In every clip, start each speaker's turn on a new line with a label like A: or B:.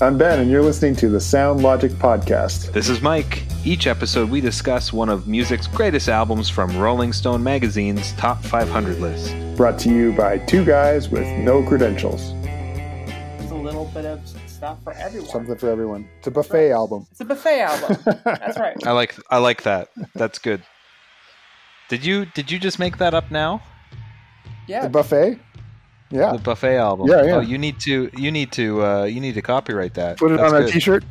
A: I'm Ben, and you're listening to the Sound Logic Podcast.
B: This is Mike. Each episode, we discuss one of music's greatest albums from Rolling Stone magazine's top 500 list.
A: Brought to you by two guys with no credentials.
C: It's a little bit of stuff for everyone.
A: Something for everyone. It's a buffet album.
C: It's a buffet album. That's right.
B: I like I like that. That's good. Did you did you just make that up now?
C: Yeah.
A: The buffet? Yeah.
B: The buffet album.
A: Yeah, yeah.
B: Oh, you need to you need to uh, you need to copyright that.
A: Put it
B: That's
A: on a
B: good.
A: shirt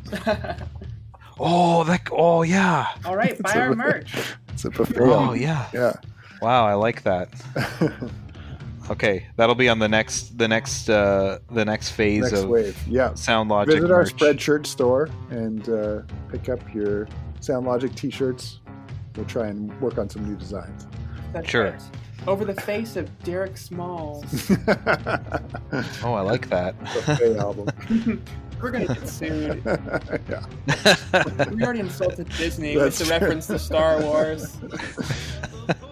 B: Oh, that oh yeah.
C: All right, buy our merch.
A: It's a buffet
B: Oh
A: album.
B: yeah.
A: Yeah.
B: Wow, I like that. okay, that'll be on the next the next uh the next phase
A: Next
B: of
A: wave. Yeah.
B: Sound Logic
A: Visit our
B: merch.
A: Spreadshirt store and uh, pick up your Sound Logic t shirts. We'll try and work on some new designs.
C: That's
B: Sure.
C: right. Over the face of Derek Smalls,
A: buffet
B: Oh, I like that.
A: album.
C: we're gonna get sued.
A: yeah.
C: We already insulted Disney
A: That's
C: with the
A: true.
C: reference to Star Wars.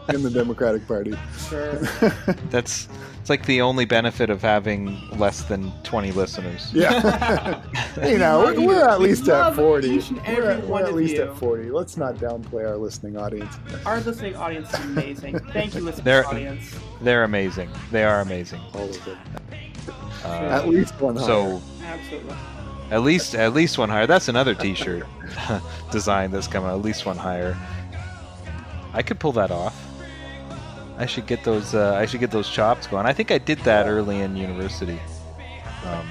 A: In the Democratic Party.
C: Sure.
B: That's it's like the only benefit of having less than 20 listeners.
A: Yeah. you know,
C: love
A: we're, we're
C: you.
A: at
C: We
A: least at
C: love
A: 40.
C: each and
A: we're
C: every
A: at, we're
C: one
A: at
C: of
A: least
C: you.
A: at 40. Let's not downplay our listening audience.
C: Our listening audience is amazing. Thank you, listening
B: There-
C: audience.
B: They're amazing. They are amazing.
A: All of them.
B: Uh,
A: At least one.
B: so
C: Absolutely.
B: at least at least one higher. That's another t-shirt design that's coming. At least one higher. I could pull that off. I should get those. Uh, I should get those chops going. I think I did that early in university. Um,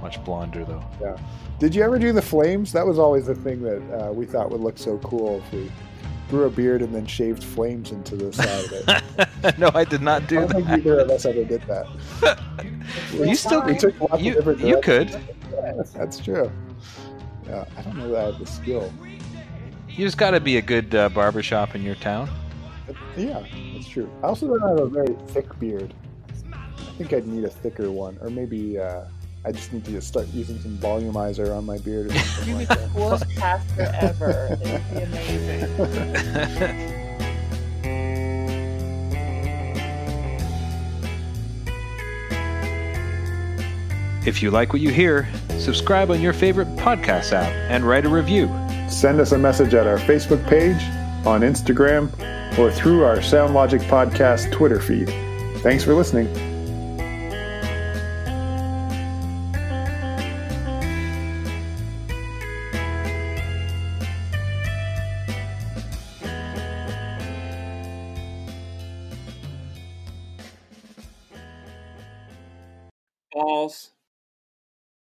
B: much blonder though.
A: Did you ever do the flames? That was always the thing that uh, we thought would look so cool if we grew a beard and then shaved flames into the side of it. I
B: no, I did not do
A: don't think
B: that.
A: either of us ever did that.
B: You still
A: we took lots of
B: you-
A: different
B: you could.
A: directions. Yeah, That's true. Yeah, I don't know that I have the skill.
B: You just got to be a good uh, barber shop in your town.
A: But, yeah, that's true. I also don't have a very thick beard. I think I'd need a thicker one, or maybe uh, I just need to just start using some volumizer on my beard or something
C: You'd be
A: like
C: the
A: that.
C: coolest pastor ever. It would be amazing.
B: If you like what you hear, subscribe on your favorite podcast app and write a review.
A: Send us a message at our Facebook page, on Instagram, or through our SoundLogic Podcast Twitter feed. Thanks for listening.
C: Balls.